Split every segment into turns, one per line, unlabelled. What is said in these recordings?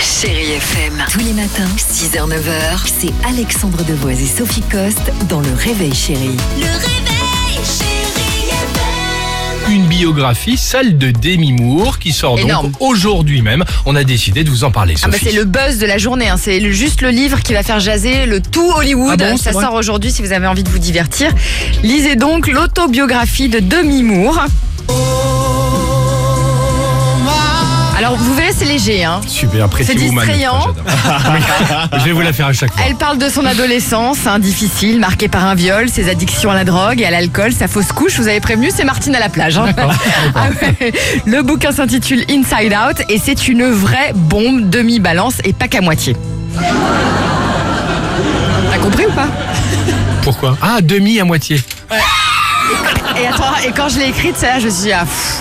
Chérie FM.
Tous les matins, 6h, 9h, c'est Alexandre Devoise et Sophie Coste dans Le Réveil Chérie.
Le réveil, chérie FM.
une biographie, celle de Demi Moore, qui sort
Énorme.
donc aujourd'hui même. On a décidé de vous en parler,
Ah bah
Sophie.
c'est le buzz de la journée, hein. c'est le- juste le livre qui va faire jaser le tout Hollywood.
Ah bon, c'est
Ça
vrai
sort aujourd'hui si vous avez envie de vous divertir. Lisez donc l'autobiographie de Demi Moore. Alors vous verrez c'est léger, hein.
Super, Pretty
C'est
Woman.
distrayant.
J'adore. Je vais vous la faire à chaque fois.
Elle parle de son adolescence, hein, difficile, marquée par un viol, ses addictions à la drogue et à l'alcool, sa fausse couche. Vous avez prévenu, c'est Martine à la plage. hein. Ah ouais. Le bouquin s'intitule Inside Out et c'est une vraie bombe demi-balance et pas qu'à moitié. T'as compris ou pas
Pourquoi Ah, demi à moitié.
et, attends, et quand je l'ai écrite, celle-là, je me suis dit, ah, pff,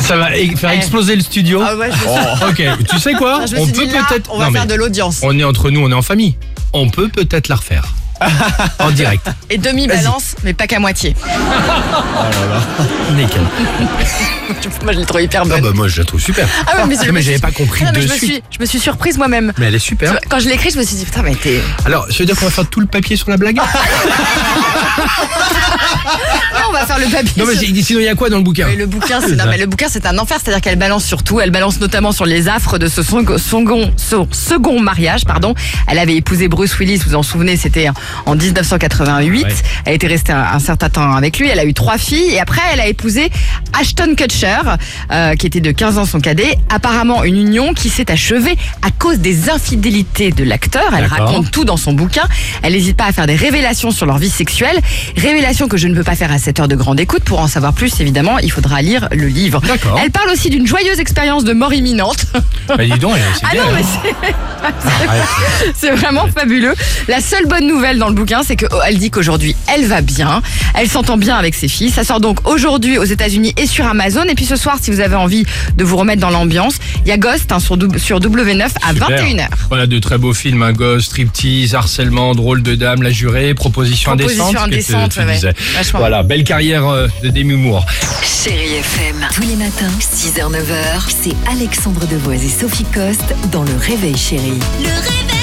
Ça va e- faire
Eh.
exploser le studio. Oh.
ah ouais, je me suis-
Ok, tu sais quoi
je me suis dit, là, on va
Non,
faire
mais
de l'audience.
On est entre nous, on est en famille. On peut peut-être la refaire. en direct.
Et demi-balance, mais pas qu'à moitié.
Nickel.
Moi, je l'ai trouvé hyper
Ah
bonne.
bah moi je la trouve super.
Ah ouais, mais je-
Ah, mais j'avais pas compris
Ah non, mais
de
je, me
suite.
suis, je me suis surprise moi-même.
Mais elle est super.
Quand je l'ai écrit, je me suis dit, putain, mais t'es.
Alors, ça veut dire qu'on va faire tout le papier sur la blague
Ah, on va faire le papier.
Non mais Ah,
sur-
c'est- sinon il y a quoi dans le bouquin
Mais le bouquin, c'est non,
ça.
mais le bouquin, c'est un enfer. C'est-à-dire qu'elle balance sur tout. Elle balance notamment sur les affres de ce son, son, gon- son second mariage, pardon. Elle avait épousé Bruce Willis. Vous vous en souvenez, c'était en 1988.
Ouais.
Elle était restée un, un certain temps avec lui. Elle a eu trois filles et après, elle a épousé Ashton Kutcher, euh, qui était de 15 ans son cadet. Apparemment, une union qui s'est achevée à cause des infidélités de l'acteur. Elle
D'accord.
raconte tout dans son bouquin. Elle n'hésite pas à faire des révélations sur leur vie sexuelle. Révélations que je ne peux pas faire à cette heure de grande écoute. Pour en savoir plus, évidemment, il faudra lire le livre.
D'accord.
Elle parle aussi d'une joyeuse expérience de mort imminente.
Bah dis donc, c'est
Ah
bien.
non, mais
hein.
c'est-
Arrête.
c'est vraiment fabuleux. La seule bonne nouvelle dans le bouquin, c'est qu'elle dit qu'aujourd'hui, elle va bien. Elle s'entend bien avec ses filles. Ça sort donc aujourd'hui aux États-Unis et sur Amazon. Et puis ce soir, si vous avez envie de vous remettre dans l'ambiance, il y a Ghost hein, sur, dou- sur W9 à
Super.
21h.
Voilà de très beaux films, un gosse, striptease, harcèlement, drôle de dame, la jurée, proposition,
Proposition
indécente.
indécente,
ce que tu- tu
ouais,
disais.
ouais. Vachement
Voilà, belle carrière euh, de Demi Moore.
Chérie FM.
Tous les matins, 6h, 9h, c'est Alexandre Devoise et Sophie Coste dans Le Réveil Chérie.
Le réveil.